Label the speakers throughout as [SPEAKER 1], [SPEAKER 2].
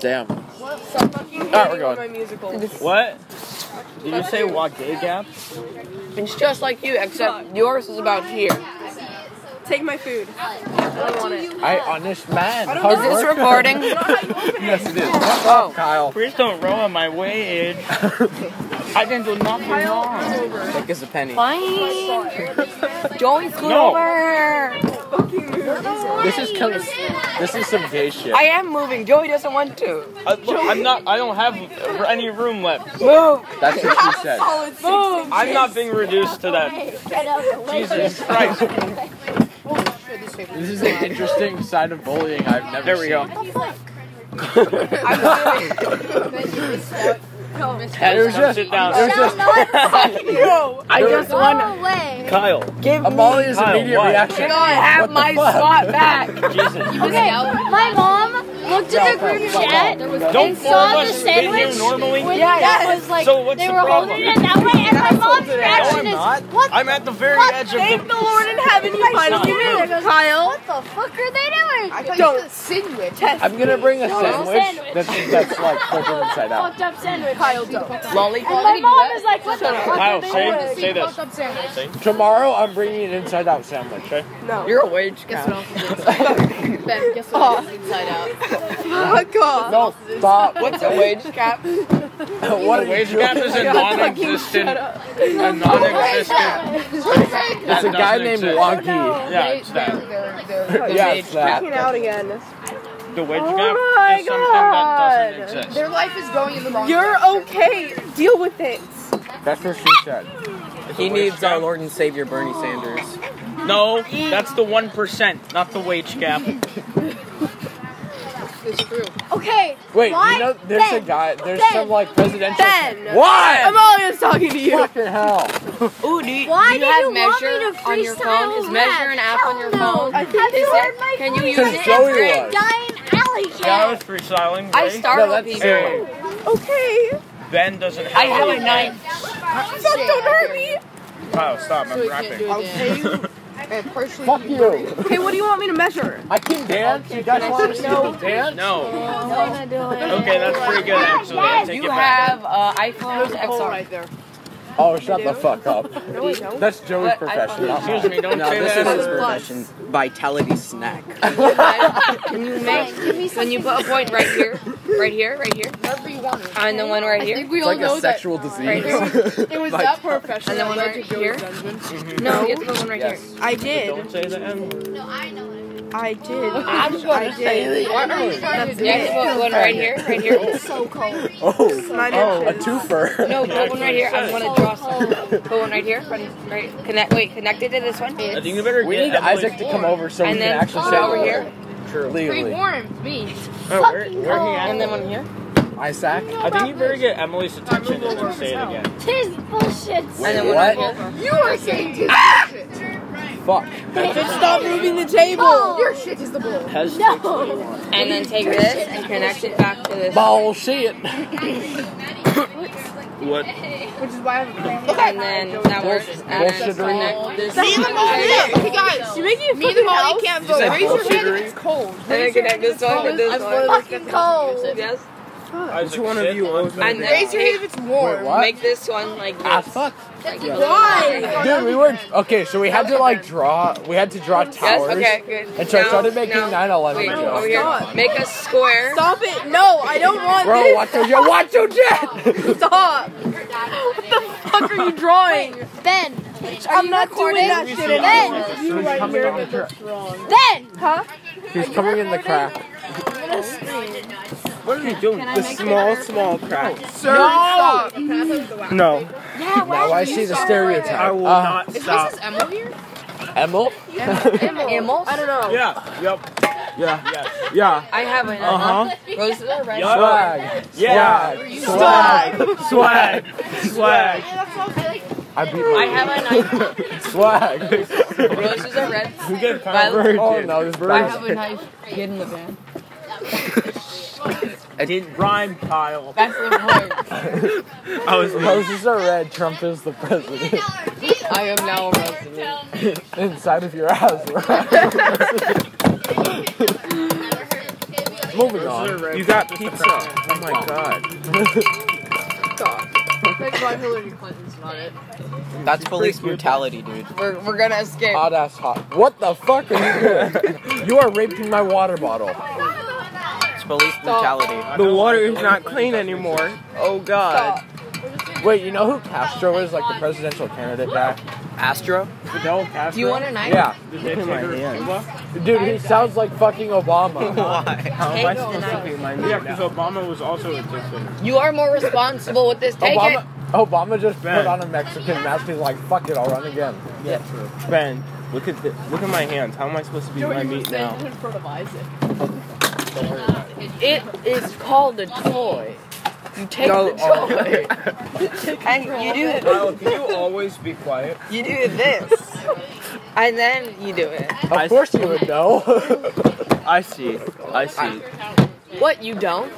[SPEAKER 1] Damn.
[SPEAKER 2] Stop fucking hating
[SPEAKER 1] Alright, we're
[SPEAKER 2] on
[SPEAKER 1] going.
[SPEAKER 2] my musical.
[SPEAKER 3] What? Did you say walk gay gap?
[SPEAKER 4] It's just like you, except yours is about here.
[SPEAKER 2] Take my food. I don't want it.
[SPEAKER 1] I honest man.
[SPEAKER 2] I don't
[SPEAKER 1] Hard
[SPEAKER 2] know.
[SPEAKER 4] Is this
[SPEAKER 1] worker.
[SPEAKER 4] recording?
[SPEAKER 2] Not how you open it.
[SPEAKER 1] Yes, it is. Fuck off, Kyle.
[SPEAKER 3] Please don't ruin my wage. I didn't do nothing wrong.
[SPEAKER 5] Like it's a penny.
[SPEAKER 4] Fine. Joey, scoot
[SPEAKER 3] No.
[SPEAKER 4] over.
[SPEAKER 1] This is kind of, this is some gay shit.
[SPEAKER 4] I am moving. Joey doesn't want to.
[SPEAKER 3] I, am not. I don't have any room left.
[SPEAKER 4] Move.
[SPEAKER 1] That's what she said.
[SPEAKER 2] Solid Oh, six inches.
[SPEAKER 3] I'm not being reduced to that. Jesus Christ.
[SPEAKER 1] This is an interesting side of bullying I've never
[SPEAKER 3] There we go.
[SPEAKER 1] seen.
[SPEAKER 4] There's
[SPEAKER 1] There's just,
[SPEAKER 3] Sit down.
[SPEAKER 1] there's just,
[SPEAKER 2] Yo,
[SPEAKER 4] I just want
[SPEAKER 6] away.
[SPEAKER 3] Kyle.
[SPEAKER 4] to give me.
[SPEAKER 1] Amalia's
[SPEAKER 3] Kyle,
[SPEAKER 1] immediate
[SPEAKER 3] why?
[SPEAKER 1] reaction.
[SPEAKER 4] Can I have
[SPEAKER 1] What the
[SPEAKER 4] my
[SPEAKER 1] fuck?
[SPEAKER 4] spot back?
[SPEAKER 3] Jesus.
[SPEAKER 6] Okay, my mom looked at the group chat
[SPEAKER 3] Don't
[SPEAKER 6] and
[SPEAKER 3] four of
[SPEAKER 6] saw the
[SPEAKER 3] us sit here
[SPEAKER 6] sandwich.
[SPEAKER 3] normally?
[SPEAKER 6] When
[SPEAKER 4] Yeah,
[SPEAKER 6] that
[SPEAKER 4] yeah.
[SPEAKER 6] was like
[SPEAKER 3] So what's
[SPEAKER 6] they
[SPEAKER 3] the
[SPEAKER 6] were
[SPEAKER 3] problem?
[SPEAKER 6] holding it that way, and my mom's
[SPEAKER 3] No,
[SPEAKER 6] reaction
[SPEAKER 3] I'm
[SPEAKER 6] is
[SPEAKER 3] not.
[SPEAKER 6] what?
[SPEAKER 3] I'm at the very edge
[SPEAKER 2] thank
[SPEAKER 3] of
[SPEAKER 2] the
[SPEAKER 3] the.
[SPEAKER 2] Lord in heaven you finally knew, Kyle.
[SPEAKER 6] What the fuck are they doing?
[SPEAKER 2] Don't
[SPEAKER 1] I'm gonna bring a sandwich
[SPEAKER 6] sandwich.
[SPEAKER 1] that's, that's like flipping inside out.
[SPEAKER 6] Fucked up sandwich.
[SPEAKER 4] Lollipop.
[SPEAKER 6] And my mom is like, what the fuck
[SPEAKER 3] Kyle,
[SPEAKER 6] are they doing?
[SPEAKER 3] say, say this.
[SPEAKER 1] Tomorrow I'm bringing an inside out sandwich. Okay?
[SPEAKER 2] no.
[SPEAKER 4] You're a wage cow.
[SPEAKER 2] Fuck off.
[SPEAKER 1] No, stop.
[SPEAKER 4] What's a wage cap?
[SPEAKER 1] what are you
[SPEAKER 3] Wage gap
[SPEAKER 1] doing?
[SPEAKER 3] is a non-existent. A non-existent.
[SPEAKER 1] It's a guy named Wonky.
[SPEAKER 3] Yeah, it's that.
[SPEAKER 4] Oh,
[SPEAKER 1] Yeah, it's that.
[SPEAKER 2] Fucking out again.
[SPEAKER 3] The wage
[SPEAKER 2] Oh
[SPEAKER 3] gap
[SPEAKER 2] my
[SPEAKER 3] is something that
[SPEAKER 2] God.
[SPEAKER 3] doesn't exist.
[SPEAKER 7] life is going in the wrong
[SPEAKER 2] You're okay. Deal with it.
[SPEAKER 1] That's what she said.
[SPEAKER 5] He needs our Lord and Savior Bernie Sanders.
[SPEAKER 3] No, that's the one percent, not the wage gap.
[SPEAKER 6] Okay.
[SPEAKER 1] Wait,
[SPEAKER 6] why
[SPEAKER 1] you know, there's a
[SPEAKER 6] then?
[SPEAKER 1] guy, there's
[SPEAKER 6] Ben.
[SPEAKER 1] some like presidential.
[SPEAKER 2] Ben.
[SPEAKER 1] What?
[SPEAKER 2] Amalia's talking to you.
[SPEAKER 1] Fucking hell.
[SPEAKER 4] Ooh, do you,
[SPEAKER 6] Why
[SPEAKER 4] do you
[SPEAKER 6] did
[SPEAKER 4] have
[SPEAKER 6] you want
[SPEAKER 4] measure
[SPEAKER 6] me to
[SPEAKER 4] on your
[SPEAKER 6] freestyle
[SPEAKER 4] phone? Is
[SPEAKER 6] rap?
[SPEAKER 4] measure an app on
[SPEAKER 6] Hell
[SPEAKER 4] your
[SPEAKER 6] no.
[SPEAKER 4] phone?
[SPEAKER 6] I think
[SPEAKER 4] Is
[SPEAKER 6] they
[SPEAKER 4] it-
[SPEAKER 6] said-
[SPEAKER 4] can you use
[SPEAKER 1] Since
[SPEAKER 4] it?
[SPEAKER 1] Joey
[SPEAKER 4] It's great.
[SPEAKER 1] was.
[SPEAKER 6] Dying alley
[SPEAKER 3] That was
[SPEAKER 6] cat.
[SPEAKER 3] freestyling.
[SPEAKER 4] I
[SPEAKER 3] right?
[SPEAKER 4] startle
[SPEAKER 1] that's-
[SPEAKER 4] people.
[SPEAKER 3] Hey,
[SPEAKER 2] Okay.
[SPEAKER 3] Ben doesn't have.
[SPEAKER 4] I have a knife.
[SPEAKER 2] Fuck, don't hurt me.
[SPEAKER 3] Kyle, stop! I'm rapping.
[SPEAKER 1] Fuck you.
[SPEAKER 2] Okay, what do you want me to measure?
[SPEAKER 1] I can dance. You guys want to see me dance?
[SPEAKER 3] No.
[SPEAKER 6] I'm doing
[SPEAKER 3] Okay, that's pretty good actually. I take it
[SPEAKER 4] You
[SPEAKER 3] back.
[SPEAKER 4] have uh, iPhones XR.
[SPEAKER 2] there.
[SPEAKER 1] Oh, shut the fuck up.
[SPEAKER 2] No, I don't.
[SPEAKER 1] That's Joey's
[SPEAKER 4] But I
[SPEAKER 1] profession.
[SPEAKER 4] thought-
[SPEAKER 1] not mine.
[SPEAKER 3] Excuse me, don't
[SPEAKER 5] No,
[SPEAKER 3] say
[SPEAKER 5] this is
[SPEAKER 3] that.
[SPEAKER 5] his profession. Vitality snack.
[SPEAKER 4] When you make, when you put a point right here, right here, right here, and then one right here,
[SPEAKER 7] we
[SPEAKER 1] It's
[SPEAKER 7] all
[SPEAKER 1] like
[SPEAKER 7] know
[SPEAKER 1] a sexual disease.
[SPEAKER 7] that it was that professional.
[SPEAKER 4] and then one right here. Mm-hmm. No, you have to put one right here.
[SPEAKER 1] Yes.
[SPEAKER 2] I did.
[SPEAKER 3] Don't say that.
[SPEAKER 2] I did.
[SPEAKER 4] I'm just going to say
[SPEAKER 2] That's
[SPEAKER 4] You have to
[SPEAKER 2] it.
[SPEAKER 4] put one right here, right here.
[SPEAKER 1] Oh,
[SPEAKER 2] Nine
[SPEAKER 1] oh, a
[SPEAKER 2] inches.
[SPEAKER 1] twofer.
[SPEAKER 4] No, put one right here. I'm going to draw some. Put one right here. Right. Connect. Wait, connected to this one.
[SPEAKER 3] I think you better
[SPEAKER 1] We
[SPEAKER 3] get
[SPEAKER 1] need
[SPEAKER 3] Emily's- Oh,
[SPEAKER 1] Isaac to come over so we
[SPEAKER 4] And
[SPEAKER 1] can
[SPEAKER 4] then
[SPEAKER 1] actually
[SPEAKER 4] put
[SPEAKER 1] say
[SPEAKER 4] over
[SPEAKER 1] the
[SPEAKER 4] here.
[SPEAKER 1] word legally.
[SPEAKER 7] Warmed me.
[SPEAKER 3] Oh, where, where he at?
[SPEAKER 4] And then one here.
[SPEAKER 1] Isaac.
[SPEAKER 3] I think you better get Emily's attention and then say it again.
[SPEAKER 6] Tis bullshit.
[SPEAKER 4] And then
[SPEAKER 1] What?
[SPEAKER 4] one over.
[SPEAKER 7] You are saying this shit.
[SPEAKER 1] Fuck.
[SPEAKER 2] Just stop moving the table.
[SPEAKER 7] Your shit is the bull.
[SPEAKER 3] Has
[SPEAKER 6] No.
[SPEAKER 4] And then take this and connect it back to this.
[SPEAKER 1] Bullshit.
[SPEAKER 3] what?
[SPEAKER 7] Which is why I'm
[SPEAKER 4] And then that works.
[SPEAKER 1] Bullshit.
[SPEAKER 4] And then
[SPEAKER 1] Bullshit.
[SPEAKER 4] connect this.
[SPEAKER 7] Okay, guys,
[SPEAKER 2] You're making it
[SPEAKER 7] me and the
[SPEAKER 2] fucking
[SPEAKER 7] Molly
[SPEAKER 2] out.
[SPEAKER 7] can't vote. Raise your hand if it's cold.
[SPEAKER 4] And then connect this one with this one.
[SPEAKER 6] fucking cold.
[SPEAKER 4] Yes.
[SPEAKER 3] Isaac,
[SPEAKER 5] one of
[SPEAKER 3] sit
[SPEAKER 5] you
[SPEAKER 3] on
[SPEAKER 5] owes me
[SPEAKER 3] the
[SPEAKER 4] a
[SPEAKER 3] bed.
[SPEAKER 4] drink?
[SPEAKER 7] Raise your hand if it's warm.
[SPEAKER 1] What?
[SPEAKER 4] Make this one like this.
[SPEAKER 1] Ah, fuck.
[SPEAKER 7] Why?
[SPEAKER 1] Dude, we were okay. So we had to like draw. We had to draw
[SPEAKER 4] Yes,
[SPEAKER 1] towers.
[SPEAKER 4] okay, good.
[SPEAKER 1] And so I
[SPEAKER 4] Now-
[SPEAKER 1] started making
[SPEAKER 4] now-
[SPEAKER 1] 9/11
[SPEAKER 4] Wait, oh,
[SPEAKER 1] jokes.
[SPEAKER 4] over here. Make a square.
[SPEAKER 2] Stop it. No, I don't want
[SPEAKER 1] Bro,
[SPEAKER 2] this.
[SPEAKER 1] watch your jet. Watch your jet.
[SPEAKER 2] Stop. What the fuck are you drawing?
[SPEAKER 6] Ben, are
[SPEAKER 2] I'm
[SPEAKER 6] you
[SPEAKER 2] not
[SPEAKER 6] recording?
[SPEAKER 2] doing that shit
[SPEAKER 6] Ben,
[SPEAKER 2] anymore. You right
[SPEAKER 1] coming
[SPEAKER 2] here
[SPEAKER 1] on
[SPEAKER 2] that
[SPEAKER 1] the
[SPEAKER 2] looks wrong.
[SPEAKER 6] Ben.
[SPEAKER 1] He's coming in the crack.
[SPEAKER 3] What are you doing?
[SPEAKER 5] The small, small crack.
[SPEAKER 7] Sir, stop.
[SPEAKER 3] No,
[SPEAKER 6] Yeah, why
[SPEAKER 1] Now I
[SPEAKER 6] did you
[SPEAKER 1] see the
[SPEAKER 6] start
[SPEAKER 1] stereotype.
[SPEAKER 3] I will
[SPEAKER 1] Uh,
[SPEAKER 3] not stop.
[SPEAKER 1] Emil.
[SPEAKER 4] Animals.
[SPEAKER 2] I don't know.
[SPEAKER 3] Yeah. Yep.
[SPEAKER 1] Yeah.
[SPEAKER 3] Yes.
[SPEAKER 1] Yeah.
[SPEAKER 4] I have an
[SPEAKER 3] Uh huh.
[SPEAKER 4] Roses are red.
[SPEAKER 1] Swag.
[SPEAKER 3] Yeah.
[SPEAKER 1] Swag. Swag.
[SPEAKER 3] Swag. Swag.
[SPEAKER 1] I beat my
[SPEAKER 4] I have a knife.
[SPEAKER 1] swag.
[SPEAKER 4] Roses are red.
[SPEAKER 3] We get
[SPEAKER 4] Violet.
[SPEAKER 1] Oh no, this bird. is-
[SPEAKER 4] a knife. Get in the van.
[SPEAKER 3] I didn't rhyme, Kyle.
[SPEAKER 4] That's the point.
[SPEAKER 3] I was
[SPEAKER 1] Roses are red. Trump is the president.
[SPEAKER 4] I am now a resident.
[SPEAKER 1] Inside of your house. Moving on.
[SPEAKER 8] You got pizza. Oh my god.
[SPEAKER 7] That's why Hillary Clinton's not it.
[SPEAKER 8] That's police brutality, dude.
[SPEAKER 4] We're, we're gonna escape.
[SPEAKER 1] Hot ass hot. What the fuck are you doing? you are raping my water bottle.
[SPEAKER 8] It's police brutality.
[SPEAKER 3] The water is not clean anymore.
[SPEAKER 8] Oh god.
[SPEAKER 1] Wait, you know who Castro is, like the presidential candidate guy?
[SPEAKER 8] Astro?
[SPEAKER 9] Fidel Castro.
[SPEAKER 4] Do you want a knife?
[SPEAKER 1] Yeah.
[SPEAKER 9] Did they take her to Cuba?
[SPEAKER 1] Dude, he sounds like fucking Obama.
[SPEAKER 8] Why?
[SPEAKER 3] How am I supposed to
[SPEAKER 4] Take
[SPEAKER 3] be my
[SPEAKER 9] Yeah,
[SPEAKER 3] meat
[SPEAKER 9] because
[SPEAKER 3] now?
[SPEAKER 9] Obama was also a dictator.
[SPEAKER 4] You are more responsible with this. Take
[SPEAKER 1] Obama, Obama just put
[SPEAKER 3] Ben.
[SPEAKER 1] on a Mexican mask. He's like, fuck it, I'll run again.
[SPEAKER 3] Ben, look at the, look at my hands. How am I supposed to be my meat now?
[SPEAKER 7] in front of Isaac.
[SPEAKER 4] it. It is called a toy. You take
[SPEAKER 8] Go
[SPEAKER 4] the toy. and you do
[SPEAKER 3] Kyle, can you always be quiet?
[SPEAKER 4] you do this, and then you do it.
[SPEAKER 1] Of course you would know.
[SPEAKER 3] I see. I see.
[SPEAKER 4] What you don't?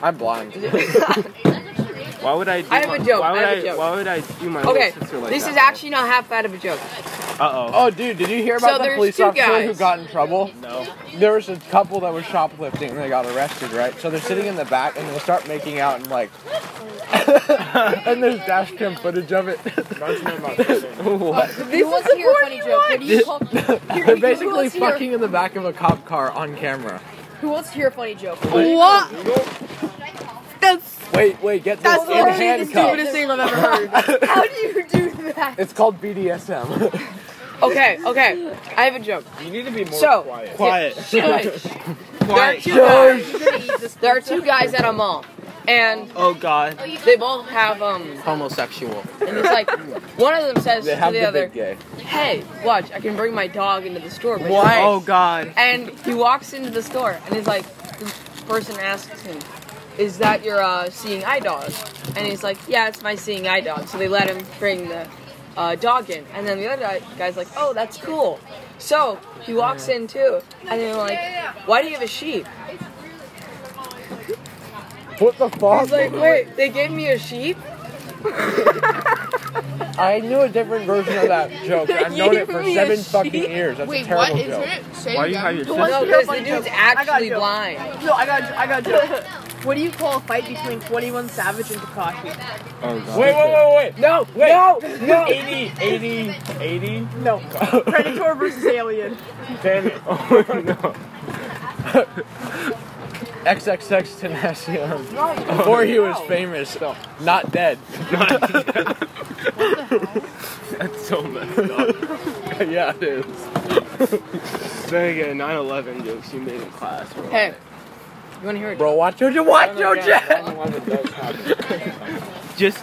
[SPEAKER 1] I'm blind.
[SPEAKER 3] Why would I do
[SPEAKER 4] I have
[SPEAKER 3] my,
[SPEAKER 4] a joke,
[SPEAKER 3] Why
[SPEAKER 4] I
[SPEAKER 3] would
[SPEAKER 4] have a
[SPEAKER 3] I,
[SPEAKER 4] joke.
[SPEAKER 3] why would I do my
[SPEAKER 4] Okay,
[SPEAKER 3] little sister like
[SPEAKER 4] this
[SPEAKER 3] is
[SPEAKER 4] is actually not half bad of a joke.
[SPEAKER 3] Uh
[SPEAKER 1] Oh, dude, did you hear
[SPEAKER 4] So
[SPEAKER 1] about the
[SPEAKER 4] there's
[SPEAKER 1] police
[SPEAKER 4] two
[SPEAKER 1] officer who
[SPEAKER 4] guys.
[SPEAKER 1] got in trouble?
[SPEAKER 3] No.
[SPEAKER 1] There was a couple that was shoplifting and they got arrested, right? So they're sitting in the back and they start making out and like. and there's dash cam footage of it.
[SPEAKER 3] oh. What?
[SPEAKER 7] This is the hear a funny joke. What do you call-
[SPEAKER 1] they're basically
[SPEAKER 7] wants to hear-
[SPEAKER 1] fucking in the back of a cop car on camera.
[SPEAKER 7] Who wants to hear a funny joke?
[SPEAKER 2] What? That's
[SPEAKER 1] Wait, wait, get this.
[SPEAKER 2] that's
[SPEAKER 1] in
[SPEAKER 2] literally the
[SPEAKER 1] handcuffs.
[SPEAKER 2] stupidest thing I've ever heard.
[SPEAKER 7] How do you do that?
[SPEAKER 1] It's called BDSM.
[SPEAKER 4] Okay, okay, I have a joke.
[SPEAKER 3] You need to be more
[SPEAKER 4] So-
[SPEAKER 3] quiet.
[SPEAKER 4] Shush. There are two guys. There are two guys at a mall, and
[SPEAKER 8] Oh god.
[SPEAKER 4] they both have um.
[SPEAKER 8] Homosexual.
[SPEAKER 4] And it's like one of them says
[SPEAKER 1] they
[SPEAKER 4] to
[SPEAKER 1] have
[SPEAKER 4] the
[SPEAKER 1] the
[SPEAKER 4] other,
[SPEAKER 1] big gay.
[SPEAKER 4] "Hey, watch, I can bring my dog into the store." But
[SPEAKER 8] Why? Oh god.
[SPEAKER 4] And he walks into the store, and he's like, the person asks him, "Is that your uh, seeing eye dog?" And he's like, "Yeah, it's my seeing eye dog." So they let him bring the uh, dog in, and then the other guy- guy's like, "Oh, that's cool." So he walks in too, and they're like, "Why do you have a sheep?"
[SPEAKER 1] What the fuck?
[SPEAKER 4] He's like, "Wait, they gave me a sheep."
[SPEAKER 1] I knew a different version of that joke. I've known it for
[SPEAKER 4] Give me a
[SPEAKER 1] seven fucking
[SPEAKER 4] sheet.
[SPEAKER 1] years. That's a
[SPEAKER 2] Wait,
[SPEAKER 1] terrible
[SPEAKER 2] what is
[SPEAKER 1] joke.
[SPEAKER 2] it? Say
[SPEAKER 3] Why
[SPEAKER 2] it
[SPEAKER 3] you
[SPEAKER 2] again.
[SPEAKER 3] have your
[SPEAKER 2] Who
[SPEAKER 3] sister-
[SPEAKER 2] wants
[SPEAKER 4] No,
[SPEAKER 2] to hear a
[SPEAKER 4] because the
[SPEAKER 2] funny
[SPEAKER 4] dude's
[SPEAKER 2] joke?
[SPEAKER 4] actually
[SPEAKER 2] I got a
[SPEAKER 4] blind.
[SPEAKER 2] joke. No, I got I got a joke. What do you call a fight between 21 Savage and Takashi?
[SPEAKER 3] Oh god.
[SPEAKER 1] Wait, wait, wait, wait.
[SPEAKER 4] No, wait. no, no.
[SPEAKER 3] 80, 80, 80.
[SPEAKER 2] No. Predator versus alien.
[SPEAKER 3] Damn it. Oh no.
[SPEAKER 1] XXX Tenacion. Before he was famous, not dead.
[SPEAKER 3] That's so messed up.
[SPEAKER 1] yeah, it is.
[SPEAKER 3] then again, 9 11 jokes you made in class, bro.
[SPEAKER 4] Hey, you want to hear a
[SPEAKER 1] Bro, watch your watch your jet.
[SPEAKER 3] 9/11 does happen. Just,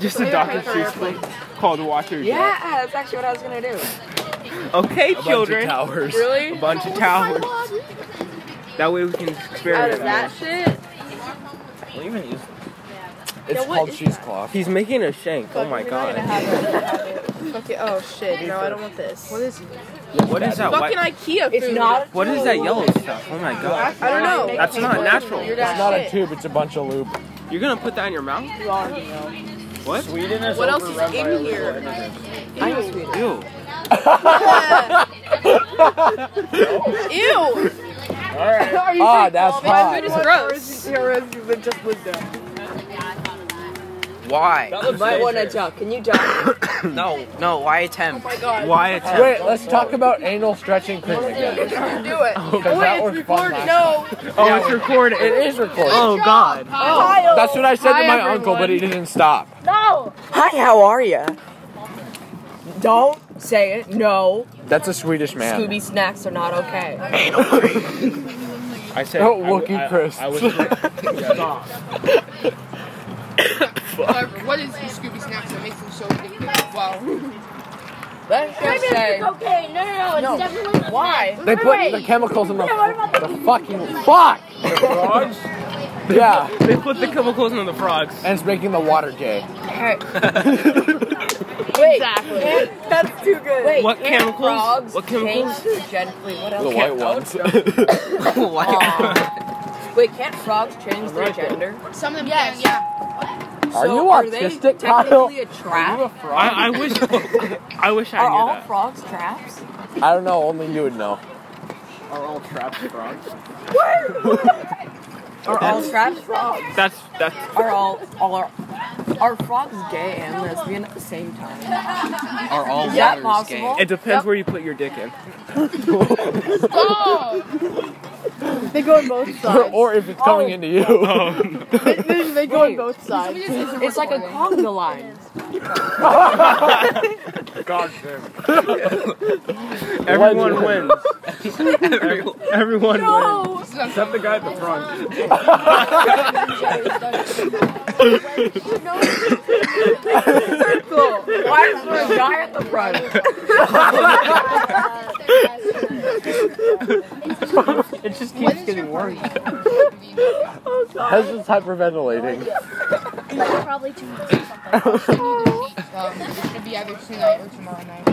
[SPEAKER 3] just a Dr. Seuss book called Watcher
[SPEAKER 4] Yeah, that's actually what I was gonna do.
[SPEAKER 3] Okay, children.
[SPEAKER 1] towers.
[SPEAKER 3] A
[SPEAKER 4] Really?
[SPEAKER 3] bunch of towers. That way we can experiment.
[SPEAKER 4] Out of that shit?
[SPEAKER 1] It's
[SPEAKER 7] what
[SPEAKER 1] called
[SPEAKER 7] is
[SPEAKER 1] cheesecloth.
[SPEAKER 3] He's making a shank. Oh my god.
[SPEAKER 2] Okay. Oh shit. No, I don't want this. What is
[SPEAKER 3] What is that?
[SPEAKER 2] fucking
[SPEAKER 3] White?
[SPEAKER 2] IKEA food?
[SPEAKER 4] It's not.
[SPEAKER 3] What is that yellow stuff? Oh my god.
[SPEAKER 2] I don't know.
[SPEAKER 3] That's not natural.
[SPEAKER 1] It's not a tube. It's a bunch of lube.
[SPEAKER 3] You're gonna put that in your mouth? What?
[SPEAKER 2] What else is in here?
[SPEAKER 3] Ew.
[SPEAKER 2] Ew.
[SPEAKER 7] Are you
[SPEAKER 1] Ah, that's
[SPEAKER 7] My food
[SPEAKER 1] hot.
[SPEAKER 7] is gross.
[SPEAKER 8] Why?
[SPEAKER 3] looks
[SPEAKER 4] Might want to talk. Can you talk?
[SPEAKER 8] No, no, why attempt?
[SPEAKER 3] Why it's
[SPEAKER 1] Wait, let's talk about anal stretching cream again.
[SPEAKER 2] Do it.
[SPEAKER 4] Oh,
[SPEAKER 1] Because that was fun. last-
[SPEAKER 2] No.
[SPEAKER 3] Oh, it's recorded.
[SPEAKER 1] It is recorded.
[SPEAKER 3] Oh god.
[SPEAKER 1] That's what I said to
[SPEAKER 2] Hi,
[SPEAKER 1] my
[SPEAKER 2] everyone.
[SPEAKER 1] uncle, but he didn't stop.
[SPEAKER 7] No.
[SPEAKER 4] Hi, how are ya? Don't say it. No.
[SPEAKER 1] That's a Swedish man.
[SPEAKER 4] Scooby snacks are not okay.
[SPEAKER 3] I said.
[SPEAKER 1] Oh, Wookie Chris.
[SPEAKER 3] I was. Stop.
[SPEAKER 2] However, what is the Scooby Snacks that makes them so addictive? Wow.
[SPEAKER 4] Let's just say.
[SPEAKER 6] Okay, no, no, no, it's
[SPEAKER 4] No.
[SPEAKER 6] definitely.
[SPEAKER 4] Why?
[SPEAKER 1] They put the chemicals in the, the fucking fuck.
[SPEAKER 3] Frogs.
[SPEAKER 1] Yeah,
[SPEAKER 3] They put the chemicals in the frogs.
[SPEAKER 1] and it's making the water gay.
[SPEAKER 4] Hey. Wait. Exactly.
[SPEAKER 2] That's too good.
[SPEAKER 4] Wait.
[SPEAKER 3] What
[SPEAKER 4] can't
[SPEAKER 3] chemicals?
[SPEAKER 4] Frogs
[SPEAKER 3] What chemicals?
[SPEAKER 4] change their gen- wait, what
[SPEAKER 1] The
[SPEAKER 4] else?
[SPEAKER 1] white ones.
[SPEAKER 4] Aw. Wait, can't frogs change their gender?
[SPEAKER 6] Some of them yes. yeah.
[SPEAKER 1] Are
[SPEAKER 4] so
[SPEAKER 1] you
[SPEAKER 4] are they
[SPEAKER 1] autistic, Kyle?
[SPEAKER 4] technically a trap?
[SPEAKER 3] I, I wish. I wish I
[SPEAKER 4] Are
[SPEAKER 3] knew
[SPEAKER 4] all
[SPEAKER 3] that.
[SPEAKER 4] frogs traps?
[SPEAKER 1] I don't know. Only you would know.
[SPEAKER 3] Are all traps frogs?
[SPEAKER 4] Are all traps frogs?
[SPEAKER 3] That's that's
[SPEAKER 4] Are all all are are frogs gay and lesbian at the same time?
[SPEAKER 8] Are all
[SPEAKER 4] Is that
[SPEAKER 8] waters gay?
[SPEAKER 4] possible?
[SPEAKER 3] it depends
[SPEAKER 4] Yep.
[SPEAKER 3] where you put your dick in.
[SPEAKER 2] They go on both sides.
[SPEAKER 1] or if it's coming into you.
[SPEAKER 2] they, they- they go on both sides.
[SPEAKER 4] It's like a conga line.
[SPEAKER 3] God damn. Everyone wins. Everyone, everyone wins. Except the guy at the front.
[SPEAKER 4] Cool. Why is there a guy at the front?
[SPEAKER 9] It just keeps getting worse.
[SPEAKER 1] Hez is hyperventilating.
[SPEAKER 6] Probably two weeks or something.
[SPEAKER 7] Um, it'll be either tonight or tomorrow night.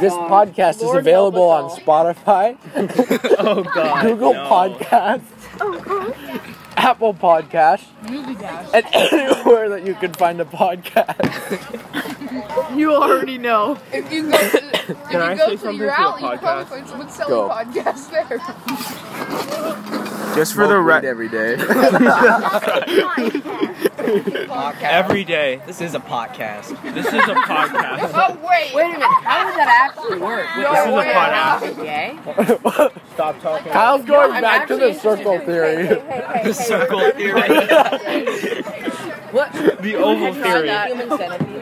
[SPEAKER 1] This podcast is available on Spotify,
[SPEAKER 3] Oh God.
[SPEAKER 1] Google
[SPEAKER 3] no.
[SPEAKER 1] Podcasts, Apple Podcasts,
[SPEAKER 7] Movie dash.
[SPEAKER 1] and anywhere that you can find a podcast.
[SPEAKER 2] You already know.
[SPEAKER 7] If you go to, if you
[SPEAKER 3] I
[SPEAKER 7] go
[SPEAKER 3] say
[SPEAKER 7] to
[SPEAKER 3] something
[SPEAKER 7] your
[SPEAKER 3] to the
[SPEAKER 7] alley, you probably
[SPEAKER 3] podcast?
[SPEAKER 7] find someone selling
[SPEAKER 1] Go.
[SPEAKER 7] podcasts there.
[SPEAKER 3] Just for the re-
[SPEAKER 1] every day.
[SPEAKER 3] every day.
[SPEAKER 8] This is a podcast.
[SPEAKER 3] This is a podcast.
[SPEAKER 7] Oh wait.
[SPEAKER 4] Wait a minute. How would that actually work? Would
[SPEAKER 3] This is a
[SPEAKER 2] Oh,
[SPEAKER 4] everyone
[SPEAKER 3] podcast.
[SPEAKER 4] be gay?
[SPEAKER 3] Stop talking.
[SPEAKER 1] Kyle's going
[SPEAKER 4] I'm
[SPEAKER 1] back to
[SPEAKER 4] actually
[SPEAKER 1] the circle theory.
[SPEAKER 3] The circle theory.
[SPEAKER 4] What?
[SPEAKER 3] The oval
[SPEAKER 4] Tried
[SPEAKER 3] theory.
[SPEAKER 4] that human centipede.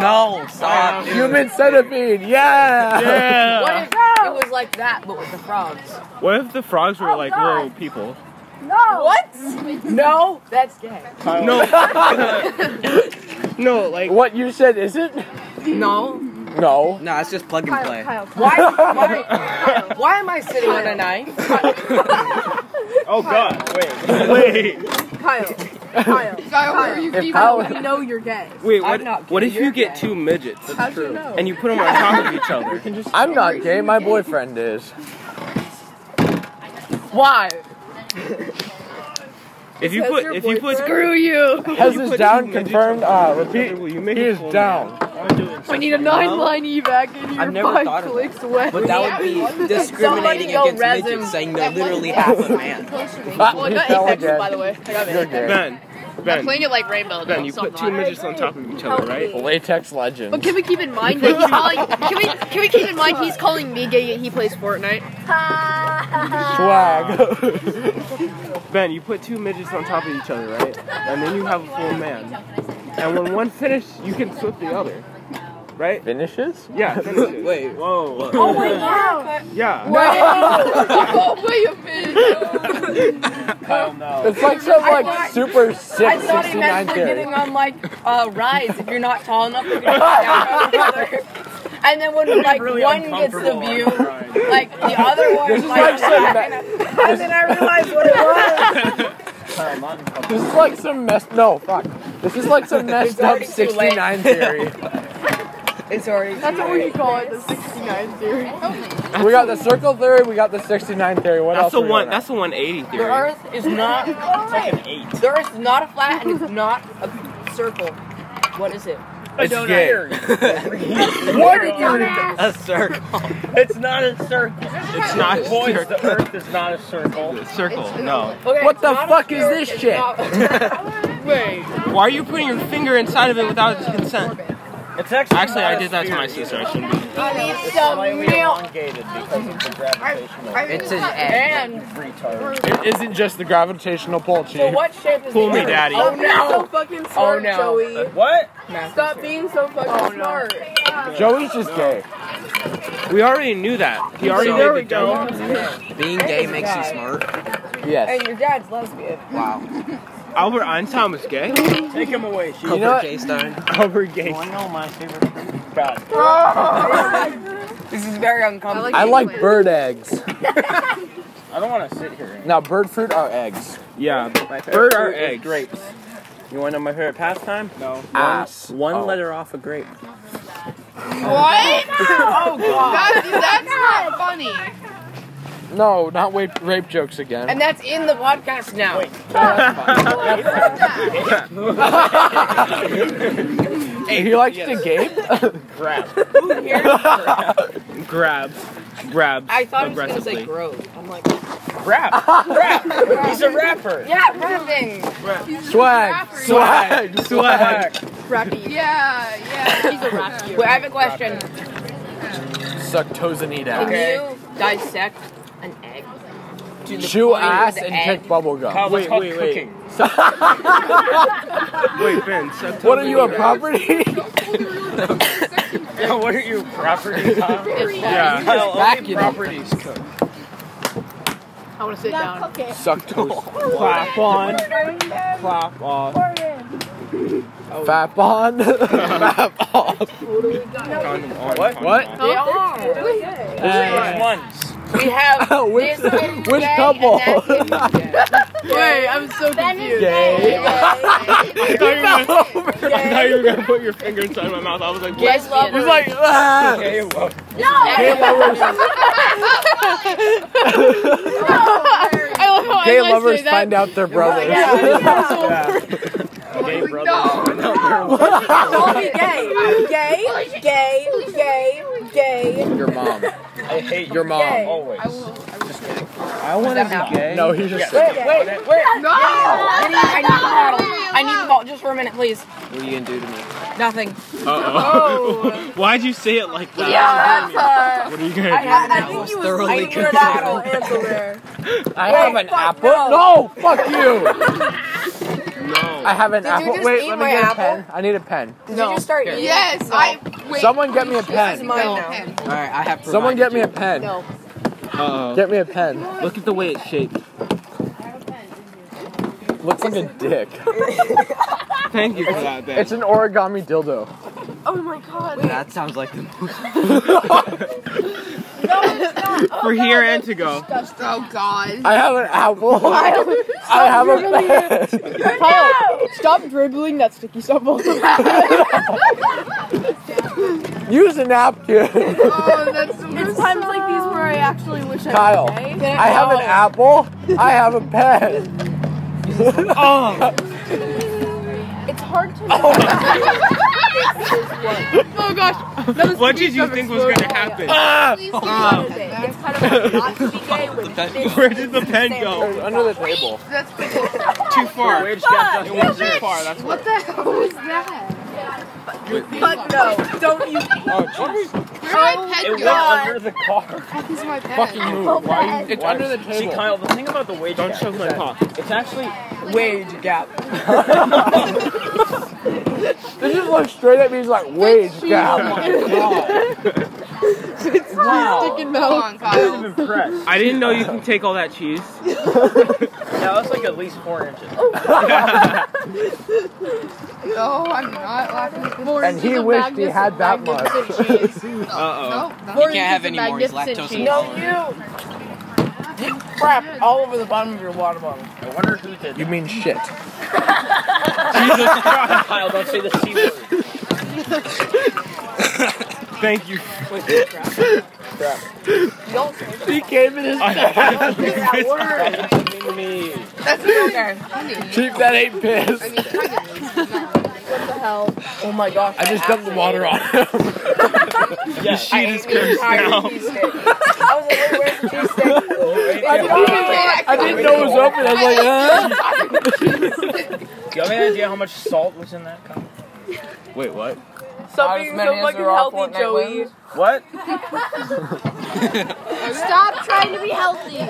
[SPEAKER 8] No, stop.
[SPEAKER 1] Human centipede, yeah!
[SPEAKER 4] What
[SPEAKER 3] Yeah.
[SPEAKER 4] if it was like that but with the frogs?
[SPEAKER 3] What if the frogs were like little people?
[SPEAKER 4] What? No, that's gay.
[SPEAKER 3] No. no, like
[SPEAKER 1] What you said isn't?
[SPEAKER 4] No.
[SPEAKER 1] No.
[SPEAKER 8] No, it's just plug and play.
[SPEAKER 4] Why? Why, why am I sitting on a knife?
[SPEAKER 3] oh god, wait. Wait.
[SPEAKER 2] Kyle. Kyle.
[SPEAKER 7] Kyle, where are you
[SPEAKER 1] If
[SPEAKER 7] keeping
[SPEAKER 1] Kyle,
[SPEAKER 2] We know you're gay.
[SPEAKER 3] Wait,
[SPEAKER 4] I'm not
[SPEAKER 3] what what if
[SPEAKER 4] kidding,
[SPEAKER 3] you
[SPEAKER 4] you're
[SPEAKER 3] get
[SPEAKER 4] gay.
[SPEAKER 3] two midgets
[SPEAKER 2] How'd you know?
[SPEAKER 3] and you put them on top of each other?
[SPEAKER 1] I'm not gay, my boyfriend is.
[SPEAKER 4] Why?
[SPEAKER 3] If you put if you put
[SPEAKER 2] Screw you.
[SPEAKER 1] Hez
[SPEAKER 3] you
[SPEAKER 1] is
[SPEAKER 3] put
[SPEAKER 1] down,
[SPEAKER 3] two midgets
[SPEAKER 1] confirmed,
[SPEAKER 3] on
[SPEAKER 1] uh,
[SPEAKER 3] top of each other,
[SPEAKER 1] repeat.
[SPEAKER 3] will you make
[SPEAKER 1] He
[SPEAKER 3] a
[SPEAKER 1] is
[SPEAKER 3] full
[SPEAKER 1] down.
[SPEAKER 2] We need a nine line evac and you're
[SPEAKER 8] I've never
[SPEAKER 2] five
[SPEAKER 8] thought of
[SPEAKER 2] clicks away.
[SPEAKER 8] But that would be
[SPEAKER 4] Somebody
[SPEAKER 8] discriminating
[SPEAKER 4] go
[SPEAKER 8] against
[SPEAKER 4] resin
[SPEAKER 8] midgets, saying they're literally half a man.
[SPEAKER 1] Ah,
[SPEAKER 2] Well,
[SPEAKER 1] he
[SPEAKER 2] not
[SPEAKER 1] fell
[SPEAKER 2] Apex,
[SPEAKER 1] again.
[SPEAKER 2] by the way. I got
[SPEAKER 1] You're
[SPEAKER 2] it.
[SPEAKER 1] gay.
[SPEAKER 3] Ben, Ben,
[SPEAKER 2] Playing it like Rainbow.
[SPEAKER 3] Ben, you put two midgets on top of each other, right?
[SPEAKER 1] Latex legend.
[SPEAKER 2] But can we keep in mind that he's calling? Can we can we keep in mind he's calling me gay and he plays Fortnite? Ah.
[SPEAKER 1] Swag.
[SPEAKER 3] Ben, you put two midgets on top of each other, right? And then you have a full man. And when one finishes, you can flip the other, right?
[SPEAKER 1] Finishes?
[SPEAKER 3] Yeah. Finishes.
[SPEAKER 8] Wait.
[SPEAKER 3] Whoa.
[SPEAKER 4] Oh my god.
[SPEAKER 3] Yeah.
[SPEAKER 7] Oh wait a minute.
[SPEAKER 3] Hell no.
[SPEAKER 1] It's like some
[SPEAKER 4] I
[SPEAKER 1] like
[SPEAKER 4] thought-
[SPEAKER 1] super
[SPEAKER 4] I
[SPEAKER 1] sick
[SPEAKER 4] thought he
[SPEAKER 1] 69
[SPEAKER 4] meant for
[SPEAKER 1] theory.
[SPEAKER 4] getting on like uh, rides. If you're not tall enough, you're gonna get down on the other. And then when like one gets the view, like the other
[SPEAKER 1] This is
[SPEAKER 4] one's like,
[SPEAKER 1] like some
[SPEAKER 4] and,
[SPEAKER 1] me-
[SPEAKER 4] I- and then I realized what it was.
[SPEAKER 1] this is like some messed no fuck. This is like some messed up
[SPEAKER 4] already too late.
[SPEAKER 1] 69 theory.
[SPEAKER 4] It's already.
[SPEAKER 2] That's what we call it, the 69 theory.
[SPEAKER 1] We got the circle theory, we got the 69 theory. What else?
[SPEAKER 3] That's the
[SPEAKER 1] we got?
[SPEAKER 3] one. That's the 180
[SPEAKER 4] The
[SPEAKER 3] theory.
[SPEAKER 4] Earth is not. The Earth is not a flat and it's not a circle. What is it?
[SPEAKER 3] It's gay.
[SPEAKER 1] What did you
[SPEAKER 8] A circle.
[SPEAKER 10] It's not a circle.
[SPEAKER 3] It's not a
[SPEAKER 10] Boys,
[SPEAKER 3] circle.
[SPEAKER 10] the Earth is not a circle.
[SPEAKER 3] Circle. No.
[SPEAKER 4] Okay,
[SPEAKER 1] What
[SPEAKER 4] it's
[SPEAKER 1] the
[SPEAKER 4] not a
[SPEAKER 1] fuck is
[SPEAKER 4] sphere,
[SPEAKER 1] this
[SPEAKER 4] it's
[SPEAKER 1] shit?
[SPEAKER 4] not-
[SPEAKER 2] Wait.
[SPEAKER 3] Why are you putting your finger inside of it without its consent?
[SPEAKER 10] It's actually.
[SPEAKER 3] Actually,
[SPEAKER 10] not
[SPEAKER 3] I
[SPEAKER 10] a
[SPEAKER 3] did that to
[SPEAKER 10] sphere.
[SPEAKER 3] my sister. I shouldn't be.
[SPEAKER 10] It's slightly elongated because of the gravitational
[SPEAKER 8] It's an egg.
[SPEAKER 4] and
[SPEAKER 10] retard.
[SPEAKER 1] It isn't just the gravitational pull, Chi.
[SPEAKER 4] so what shape is
[SPEAKER 3] Fool
[SPEAKER 4] the
[SPEAKER 3] me,
[SPEAKER 4] Earth?
[SPEAKER 3] daddy.
[SPEAKER 4] Oh
[SPEAKER 2] So
[SPEAKER 4] no!
[SPEAKER 2] fucking smart,
[SPEAKER 4] Oh, no. Oh,
[SPEAKER 2] Joey.
[SPEAKER 10] What?
[SPEAKER 2] Stop being so fucking smart.
[SPEAKER 1] Joey's just gay.
[SPEAKER 3] We already knew that. He already
[SPEAKER 8] So-
[SPEAKER 3] made the joke.
[SPEAKER 8] Being gay makes you smart.
[SPEAKER 1] Yes.
[SPEAKER 4] And your dad's lesbian.
[SPEAKER 8] Wow.
[SPEAKER 3] Albert Einstein was gay.
[SPEAKER 10] Take him away. She.
[SPEAKER 1] You know
[SPEAKER 8] Albert
[SPEAKER 1] what?
[SPEAKER 8] J. Stein.
[SPEAKER 3] Albert gay.
[SPEAKER 10] I know my favorite thing about it.
[SPEAKER 4] This is very uncomfortable.
[SPEAKER 1] I like bird eggs.
[SPEAKER 10] I don't want to sit here.
[SPEAKER 1] Now bird fruit are eggs.
[SPEAKER 3] Yeah.
[SPEAKER 10] My favorite
[SPEAKER 3] Bird
[SPEAKER 10] fruit
[SPEAKER 3] or
[SPEAKER 10] is
[SPEAKER 3] eggs?
[SPEAKER 10] Grapes. You want to know my favorite pastime? No.
[SPEAKER 1] Ass.
[SPEAKER 10] One
[SPEAKER 1] Oh.
[SPEAKER 10] letter off a grape.
[SPEAKER 7] What? Oh god. that's not funny.
[SPEAKER 1] No, not rape, rape jokes again.
[SPEAKER 4] and that's in the podcast now.
[SPEAKER 1] he likes to gape.
[SPEAKER 10] Grab.
[SPEAKER 4] Who here?
[SPEAKER 3] Grab. grabs
[SPEAKER 4] I thought it was gonna
[SPEAKER 3] aggressively.
[SPEAKER 4] say growth. I'm like,
[SPEAKER 9] Rap. Rap. He's a rapper.
[SPEAKER 7] Yeah, rapping.
[SPEAKER 1] Swag, swag, swag.
[SPEAKER 2] Rappy.
[SPEAKER 7] Yeah, yeah. He's a rapper.
[SPEAKER 4] wait, I have a question.
[SPEAKER 1] Suck toes and eat ass.
[SPEAKER 9] Okay.
[SPEAKER 4] Can you dissect an egg? To the
[SPEAKER 1] Chew
[SPEAKER 4] point of
[SPEAKER 1] ass
[SPEAKER 4] the
[SPEAKER 1] and
[SPEAKER 4] egg?
[SPEAKER 1] kick bubble gum.
[SPEAKER 9] Called- what's
[SPEAKER 3] Wait,
[SPEAKER 9] called
[SPEAKER 3] wait, wait.
[SPEAKER 9] cooking.
[SPEAKER 3] Wait, Ben, suck
[SPEAKER 1] What
[SPEAKER 3] toes
[SPEAKER 1] are you, a
[SPEAKER 3] and eat ass.
[SPEAKER 1] property?
[SPEAKER 9] what are you property? Tom?
[SPEAKER 3] Yeah.
[SPEAKER 9] Kyle, only
[SPEAKER 1] Vacuum.
[SPEAKER 9] properties cook.
[SPEAKER 2] I want to sit
[SPEAKER 6] Now
[SPEAKER 2] down.
[SPEAKER 6] cook it.
[SPEAKER 1] Suck toes.
[SPEAKER 3] Clap on. Clap off.
[SPEAKER 6] Pour it in.
[SPEAKER 1] Fap on. Fap off.
[SPEAKER 3] Condom on.
[SPEAKER 9] What?
[SPEAKER 3] condom
[SPEAKER 1] What?
[SPEAKER 3] off.
[SPEAKER 4] They are.
[SPEAKER 9] Which ones?
[SPEAKER 4] We have
[SPEAKER 1] which
[SPEAKER 4] this one
[SPEAKER 1] which
[SPEAKER 4] gay
[SPEAKER 1] couple?
[SPEAKER 4] and that one gay.
[SPEAKER 2] Wait, I'm so
[SPEAKER 6] Ben is
[SPEAKER 2] confused.
[SPEAKER 1] Gay.
[SPEAKER 3] I thought you were gonna- I thought you were gonna put your finger inside my mouth. I was like, what?
[SPEAKER 4] Yes, love
[SPEAKER 1] He's like, ah.
[SPEAKER 9] Okay, well,
[SPEAKER 1] Gay lovers,
[SPEAKER 4] I love how
[SPEAKER 1] gay
[SPEAKER 4] I like
[SPEAKER 1] lovers
[SPEAKER 4] say that.
[SPEAKER 1] find out they're brothers.
[SPEAKER 3] gay brother.
[SPEAKER 2] Call me gay. Gay. Gay. Gay. Gay.
[SPEAKER 1] Your mom.
[SPEAKER 9] I hate
[SPEAKER 1] Your
[SPEAKER 9] your
[SPEAKER 1] mom.
[SPEAKER 2] Gay.
[SPEAKER 9] always.
[SPEAKER 3] I want to be gay.
[SPEAKER 1] No, he's just.
[SPEAKER 9] Wait,
[SPEAKER 2] Uh,
[SPEAKER 9] wait, wait.
[SPEAKER 4] I need, I need the bottle. I need the bottle just for a minute, please.
[SPEAKER 8] What are you gonna do to me?
[SPEAKER 4] Nothing.
[SPEAKER 2] Oh.
[SPEAKER 3] Uh-oh. Why'd you say it like that?
[SPEAKER 4] that's
[SPEAKER 3] What are you gonna do?
[SPEAKER 4] I,
[SPEAKER 8] I was
[SPEAKER 4] I
[SPEAKER 8] thoroughly
[SPEAKER 4] need an apple.
[SPEAKER 8] confused.
[SPEAKER 2] Answer there.
[SPEAKER 1] I have an apple. No, fuck you. I
[SPEAKER 3] no.
[SPEAKER 1] have an
[SPEAKER 4] you
[SPEAKER 1] apple.
[SPEAKER 4] just
[SPEAKER 1] Wait,
[SPEAKER 4] eat
[SPEAKER 1] let me
[SPEAKER 4] my
[SPEAKER 1] get a
[SPEAKER 4] apple?
[SPEAKER 1] pen. I need a pen.
[SPEAKER 4] Did no. you just start eating?
[SPEAKER 7] Yes, I wait.
[SPEAKER 1] Someone get me a
[SPEAKER 4] It's
[SPEAKER 1] pen.
[SPEAKER 4] mine
[SPEAKER 7] No.
[SPEAKER 4] now.
[SPEAKER 7] Pen.
[SPEAKER 8] Alright, I have
[SPEAKER 1] Someone get me a
[SPEAKER 8] provided
[SPEAKER 1] pen.
[SPEAKER 2] No.
[SPEAKER 3] Uh-oh.
[SPEAKER 1] Get me a pen.
[SPEAKER 3] Look at the way it's shaped.
[SPEAKER 1] Looks like a dick.
[SPEAKER 3] Thank you for that, Ben.
[SPEAKER 1] It's an origami dildo.
[SPEAKER 2] Oh my god.
[SPEAKER 8] you. That sounds like the most
[SPEAKER 3] for here and to go.
[SPEAKER 7] Oh God.
[SPEAKER 1] I have an apple. I have a pen.
[SPEAKER 2] Paul, Oh, stop dribbling that sticky stuff all over.
[SPEAKER 1] Use a napkin.
[SPEAKER 7] Oh, that's the
[SPEAKER 2] It's
[SPEAKER 7] worst.
[SPEAKER 2] times like these where I actually wish I
[SPEAKER 1] Kyle,
[SPEAKER 2] was gay.
[SPEAKER 1] I have an apple. I have a pen.
[SPEAKER 3] Oh,
[SPEAKER 2] It's hard to
[SPEAKER 7] Oh gosh.
[SPEAKER 3] what did you think was gonna happen?
[SPEAKER 9] Ah!
[SPEAKER 2] It's kind of like not to be gay when this
[SPEAKER 3] Where did the pen go?
[SPEAKER 1] Under the table.
[SPEAKER 7] That's
[SPEAKER 3] Too far. It went too far. That's
[SPEAKER 7] what the hell was that?
[SPEAKER 4] Oh,
[SPEAKER 2] But no, don't you
[SPEAKER 1] Oh,
[SPEAKER 7] Where my
[SPEAKER 9] It
[SPEAKER 7] pen
[SPEAKER 9] went
[SPEAKER 7] go?
[SPEAKER 9] under the car.
[SPEAKER 7] Where's my pen?
[SPEAKER 1] It's under the
[SPEAKER 9] See,
[SPEAKER 1] table.
[SPEAKER 9] Kyle, the thing about the wage
[SPEAKER 3] Don't
[SPEAKER 9] gap
[SPEAKER 3] shove
[SPEAKER 9] is
[SPEAKER 3] my
[SPEAKER 9] that
[SPEAKER 3] cock.
[SPEAKER 9] It's actually wage gap.
[SPEAKER 1] This just looks straight at me. He's like, wage gap.
[SPEAKER 7] Come on, Kyle.
[SPEAKER 3] Impressed. I didn't know you can take all that cheese.
[SPEAKER 9] That was like at least four inches.
[SPEAKER 7] No, I'm not laughing. at this.
[SPEAKER 1] And he wished he had that much.
[SPEAKER 7] No,
[SPEAKER 3] Uh-oh.
[SPEAKER 7] no,
[SPEAKER 8] You
[SPEAKER 7] no.
[SPEAKER 8] can't have any more. He's lactose intolerant.
[SPEAKER 4] Crap all over the bottom of your water bottle.
[SPEAKER 9] I wonder who did
[SPEAKER 1] You mean shit.
[SPEAKER 9] Jesus Christ. Kyle, don't say the C word.
[SPEAKER 3] Thank you.
[SPEAKER 1] He came in his.
[SPEAKER 9] Me.
[SPEAKER 7] That's okay. Honey,
[SPEAKER 1] Keep that ain't pissed.
[SPEAKER 7] I mean, kind of.
[SPEAKER 4] Oh my gosh.
[SPEAKER 1] I just dumped the water on him.
[SPEAKER 9] Yeah,
[SPEAKER 3] She is cursed now.
[SPEAKER 4] I was like, wait, where's the cheese
[SPEAKER 1] I
[SPEAKER 4] stick?
[SPEAKER 1] didn't, I didn't know it was open. I was like, eh.
[SPEAKER 9] Do you have any idea how much salt was in that cup?
[SPEAKER 1] Wait, what?
[SPEAKER 2] something so fucking healthy, Joey.
[SPEAKER 9] What?
[SPEAKER 6] Stop trying to be healthy.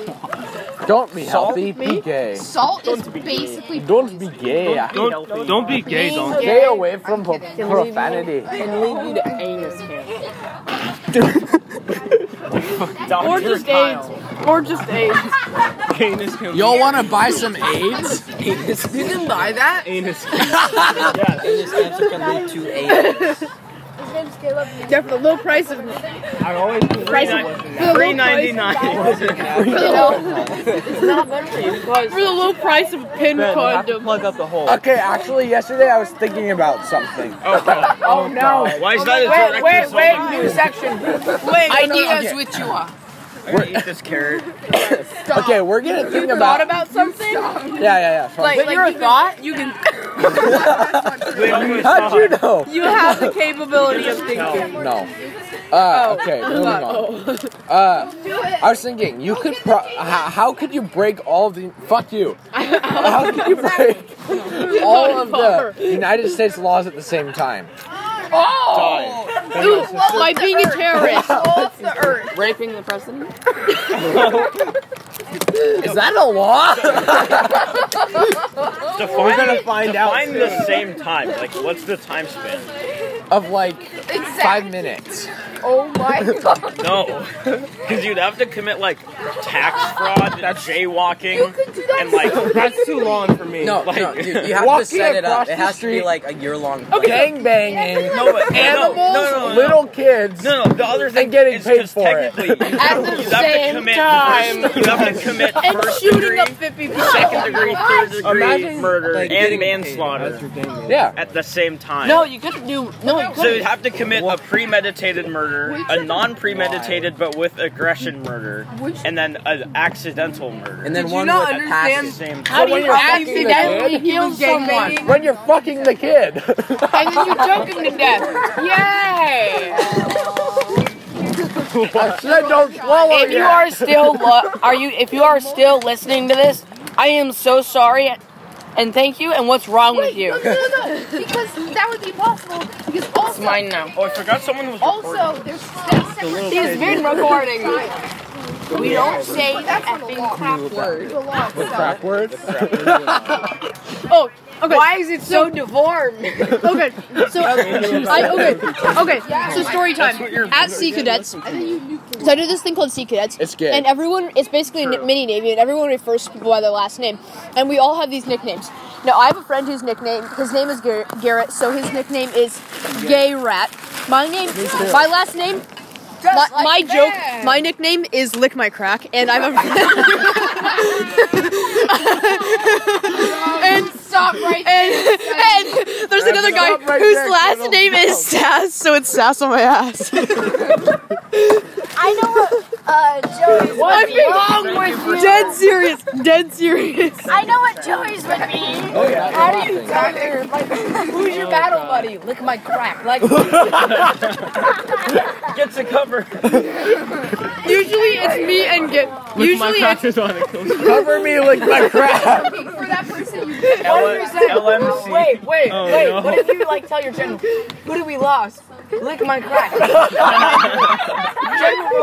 [SPEAKER 1] Don't be
[SPEAKER 9] Salt
[SPEAKER 1] healthy, be gay.
[SPEAKER 7] Salt is basically
[SPEAKER 1] Don't be gay.
[SPEAKER 3] Don't, don't be gay, don't.
[SPEAKER 1] Stay away from pro- profanity.
[SPEAKER 4] And lead you to anus hair.
[SPEAKER 2] Or just AIDS. Or just AIDS.
[SPEAKER 3] Anus can
[SPEAKER 8] Y'all wanna buy some AIDS?
[SPEAKER 4] You didn't buy that?
[SPEAKER 3] Anus
[SPEAKER 8] Anus cancer can lead to AIDS.
[SPEAKER 6] His name's Caleb.
[SPEAKER 2] Yeah, for the low price of
[SPEAKER 9] I always
[SPEAKER 2] price of
[SPEAKER 3] Three ninety nine.
[SPEAKER 2] for the low price of pin condom.
[SPEAKER 9] plug up the hole.
[SPEAKER 1] Okay, actually, yesterday I was thinking about something.
[SPEAKER 3] Oh,
[SPEAKER 4] Oh no.
[SPEAKER 3] why is that a
[SPEAKER 4] Wait,
[SPEAKER 3] direct
[SPEAKER 4] wait,
[SPEAKER 3] insult?
[SPEAKER 4] wait, new section. Wait, I need to switch you up.
[SPEAKER 9] I'm gonna eat this carrot.
[SPEAKER 1] Okay, we're gonna think
[SPEAKER 4] Thought
[SPEAKER 1] about.
[SPEAKER 4] about something?
[SPEAKER 1] Yeah, yeah, yeah.
[SPEAKER 4] Like, like you thought? You can
[SPEAKER 3] Wait, I'm gonna
[SPEAKER 1] How'd
[SPEAKER 3] stop.
[SPEAKER 1] you know?
[SPEAKER 4] you have the capability of thinking.
[SPEAKER 1] No. Uh, okay, moving on. Uh, I was thinking, you could pro- how, how could you break all of the fuck you? How could you break all of the United States laws at the same time?
[SPEAKER 2] Ooh, by being a terrorist. off the earth.
[SPEAKER 11] Raping the president?
[SPEAKER 1] Is that a law?
[SPEAKER 3] Define,
[SPEAKER 12] gonna find out
[SPEAKER 3] define
[SPEAKER 12] soon.
[SPEAKER 3] the same time. Like, what's the time span?
[SPEAKER 1] of like five minutes.
[SPEAKER 2] Oh my god.
[SPEAKER 3] No, because you'd have to commit like tax fraud, and jaywalking, and like
[SPEAKER 12] That's too long for me.
[SPEAKER 8] No,
[SPEAKER 3] Like-
[SPEAKER 8] no, dude, you have
[SPEAKER 1] Walking
[SPEAKER 8] to set it
[SPEAKER 1] across
[SPEAKER 8] up.
[SPEAKER 1] the
[SPEAKER 8] It has to be
[SPEAKER 1] street. Oh,
[SPEAKER 8] like a year long.
[SPEAKER 1] Gang banging,
[SPEAKER 3] no, but,
[SPEAKER 1] animals,
[SPEAKER 3] No, no, no, no.
[SPEAKER 1] little kids.
[SPEAKER 3] No, no, the other thing
[SPEAKER 1] getting
[SPEAKER 3] is
[SPEAKER 1] paid
[SPEAKER 3] 'cause
[SPEAKER 1] for it.
[SPEAKER 3] technically you
[SPEAKER 2] At
[SPEAKER 3] have,
[SPEAKER 2] the
[SPEAKER 3] you have to
[SPEAKER 2] same
[SPEAKER 3] commit
[SPEAKER 2] time.
[SPEAKER 3] first, you have to commit
[SPEAKER 2] And
[SPEAKER 3] first
[SPEAKER 2] shooting
[SPEAKER 3] degree,
[SPEAKER 2] up 50 people.
[SPEAKER 3] second degree, third degree
[SPEAKER 1] Imagine,
[SPEAKER 3] murder
[SPEAKER 8] like,
[SPEAKER 3] and
[SPEAKER 8] getting
[SPEAKER 12] That's
[SPEAKER 3] manslaughter
[SPEAKER 12] your thing.
[SPEAKER 1] Yeah.
[SPEAKER 3] at the same time.
[SPEAKER 11] No, you could do. No, you
[SPEAKER 3] So you'd
[SPEAKER 11] couldn't.
[SPEAKER 3] have to commit a premeditated murder, a non-premeditated but with aggression murder, and then an accidental murder.
[SPEAKER 8] And then
[SPEAKER 11] Did you
[SPEAKER 8] one
[SPEAKER 11] not
[SPEAKER 8] with a
[SPEAKER 3] at the
[SPEAKER 8] pass.
[SPEAKER 3] same
[SPEAKER 11] How
[SPEAKER 3] time.
[SPEAKER 11] do
[SPEAKER 1] when
[SPEAKER 11] you
[SPEAKER 1] you're fucking the
[SPEAKER 11] accidentally
[SPEAKER 1] kid,
[SPEAKER 11] heal someone?
[SPEAKER 1] When you're fucking the kid.
[SPEAKER 11] And then you choke him to death. Yay!
[SPEAKER 1] I said don't swallow
[SPEAKER 4] If you
[SPEAKER 1] yet.
[SPEAKER 4] are still lo- are you if you are still listening to this, I am so sorry and thank you and what's wrong with
[SPEAKER 2] No,
[SPEAKER 4] you?
[SPEAKER 2] no, no, no, because that would be possible. Because
[SPEAKER 4] It's
[SPEAKER 2] also,
[SPEAKER 4] mine now.
[SPEAKER 3] Oh, I forgot someone was recording.
[SPEAKER 2] also there's there's separate
[SPEAKER 11] He's been recording.
[SPEAKER 2] We don't say effing
[SPEAKER 11] Crap word.
[SPEAKER 2] crap.
[SPEAKER 1] Crack words.
[SPEAKER 2] Oh, okay.
[SPEAKER 11] Why is it so deformed?
[SPEAKER 2] Okay, so I, okay, okay. So story time at Sea Cadets.
[SPEAKER 7] So I do this thing called Sea Cadets.
[SPEAKER 1] It's gay.
[SPEAKER 7] And everyone, it's basically a mini navy, and everyone refers to people by their last name. And we all have these nicknames. Now, I have a friend whose nickname, his name is Gar- Garrett, so his nickname is Gay Rat. My name, my last name, my, my joke, my nickname is Lick My Crack, and I'm a. and stop right And, and there's another guy
[SPEAKER 1] Stop right
[SPEAKER 7] whose
[SPEAKER 1] there,
[SPEAKER 7] last
[SPEAKER 1] Colonel.
[SPEAKER 7] name is Sass, so it's Sass on my ass.
[SPEAKER 6] I know what uh, Joey's would be.
[SPEAKER 7] Dead serious. Dead serious.
[SPEAKER 6] I know what Joey's would be.
[SPEAKER 1] Oh, yeah. How do you
[SPEAKER 11] Who's your battle buddy? Lick my crack. Like
[SPEAKER 3] Gets a cover.
[SPEAKER 2] Usually it's me and get.
[SPEAKER 12] my
[SPEAKER 2] Usually it's
[SPEAKER 12] crackers on it.
[SPEAKER 1] cover me like my crap?
[SPEAKER 2] for that person. You
[SPEAKER 3] LMC.
[SPEAKER 11] Wait, wait,
[SPEAKER 12] Oh,
[SPEAKER 11] wait.
[SPEAKER 12] no.
[SPEAKER 11] What if you like tell your general? Who do we lost? Lick my crack. general,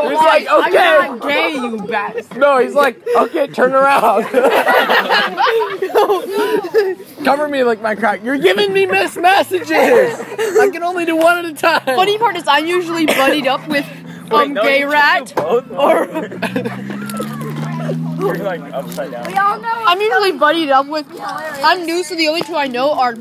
[SPEAKER 1] He's like,
[SPEAKER 11] I'm not
[SPEAKER 1] okay.
[SPEAKER 11] gay, you bastard.
[SPEAKER 1] No, he's like, okay, turn around. Cover me like my crack. You're giving me missed messages. I can only do one at a time.
[SPEAKER 2] funny part is I'm usually buddied up with um
[SPEAKER 3] no,
[SPEAKER 2] gay
[SPEAKER 3] you took
[SPEAKER 2] rat.
[SPEAKER 3] Both or you're like upside down.
[SPEAKER 6] We all know.
[SPEAKER 2] I'm usually buddied up with. I'm new, so the only two I know are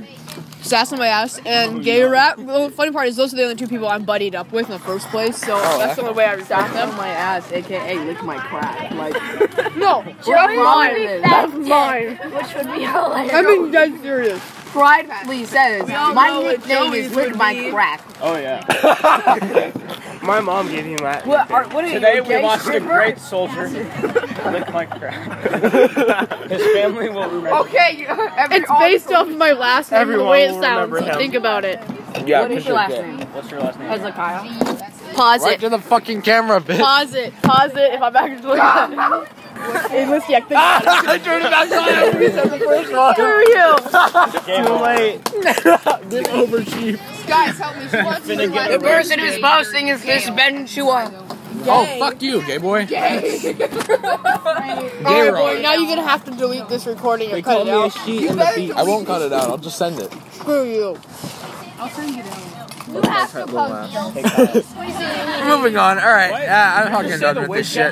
[SPEAKER 2] Sass on my ass
[SPEAKER 3] Oh,
[SPEAKER 2] and gay rat. The funny part is those are the only two people I'm buddied up with in the first place. So that's the only way I respect
[SPEAKER 11] Oh, That's
[SPEAKER 2] them.
[SPEAKER 11] on my ass, aka lick my crack. Like,
[SPEAKER 2] No,
[SPEAKER 6] Joey
[SPEAKER 2] that's
[SPEAKER 6] would be
[SPEAKER 2] mine.
[SPEAKER 6] fat
[SPEAKER 2] That's mine.
[SPEAKER 6] dick, Which would be hilarious.
[SPEAKER 2] I mean, dead serious.
[SPEAKER 11] pridefully says,
[SPEAKER 2] all know
[SPEAKER 11] my
[SPEAKER 2] what
[SPEAKER 11] nickname is
[SPEAKER 2] Joey's
[SPEAKER 11] lick
[SPEAKER 2] would
[SPEAKER 11] my
[SPEAKER 2] be."
[SPEAKER 11] crack.
[SPEAKER 12] Oh yeah. My mom gave him that.
[SPEAKER 11] What are, what are
[SPEAKER 3] Today
[SPEAKER 11] you, a
[SPEAKER 3] we
[SPEAKER 11] gay
[SPEAKER 3] lost a
[SPEAKER 11] stripper?
[SPEAKER 3] great soldier. Lick my crack. His family will remember.
[SPEAKER 2] Okay, it's based off of my last name and the
[SPEAKER 12] Everyone
[SPEAKER 2] way it
[SPEAKER 12] will
[SPEAKER 2] sounds.
[SPEAKER 12] remember him.
[SPEAKER 2] Think about it.
[SPEAKER 1] Yeah,
[SPEAKER 11] What is your last name?
[SPEAKER 3] What's your last name?
[SPEAKER 11] Hezekiah.
[SPEAKER 2] Pause
[SPEAKER 1] Right
[SPEAKER 2] it.
[SPEAKER 1] to the fucking camera, bitch.
[SPEAKER 2] Pause it. Pause it. If I'm actually looking at it. Hey, let's yeah, think
[SPEAKER 1] I turned it back on after we said the first one.
[SPEAKER 3] Game over.
[SPEAKER 1] Get over cheap.
[SPEAKER 2] Guys, help me. What's
[SPEAKER 3] Finna get
[SPEAKER 4] The person who's posting is this Ben Chua.
[SPEAKER 1] Oh, fuck you, gay boy. Gay.
[SPEAKER 2] All
[SPEAKER 1] gay
[SPEAKER 2] right, boy.
[SPEAKER 1] boy.
[SPEAKER 2] Now you're gonna have to delete this recording
[SPEAKER 12] They
[SPEAKER 2] and
[SPEAKER 12] call
[SPEAKER 2] cut
[SPEAKER 12] me
[SPEAKER 2] it
[SPEAKER 12] a
[SPEAKER 2] out.
[SPEAKER 12] she in the beach.
[SPEAKER 1] I won't cut it out. I'll just send it.
[SPEAKER 2] Screw you.
[SPEAKER 6] You have to post
[SPEAKER 1] Moving on. All right.
[SPEAKER 3] What?
[SPEAKER 1] Yeah, I'm
[SPEAKER 3] Just
[SPEAKER 1] fucking
[SPEAKER 3] say
[SPEAKER 1] done
[SPEAKER 3] the
[SPEAKER 1] with
[SPEAKER 3] word
[SPEAKER 1] this shit.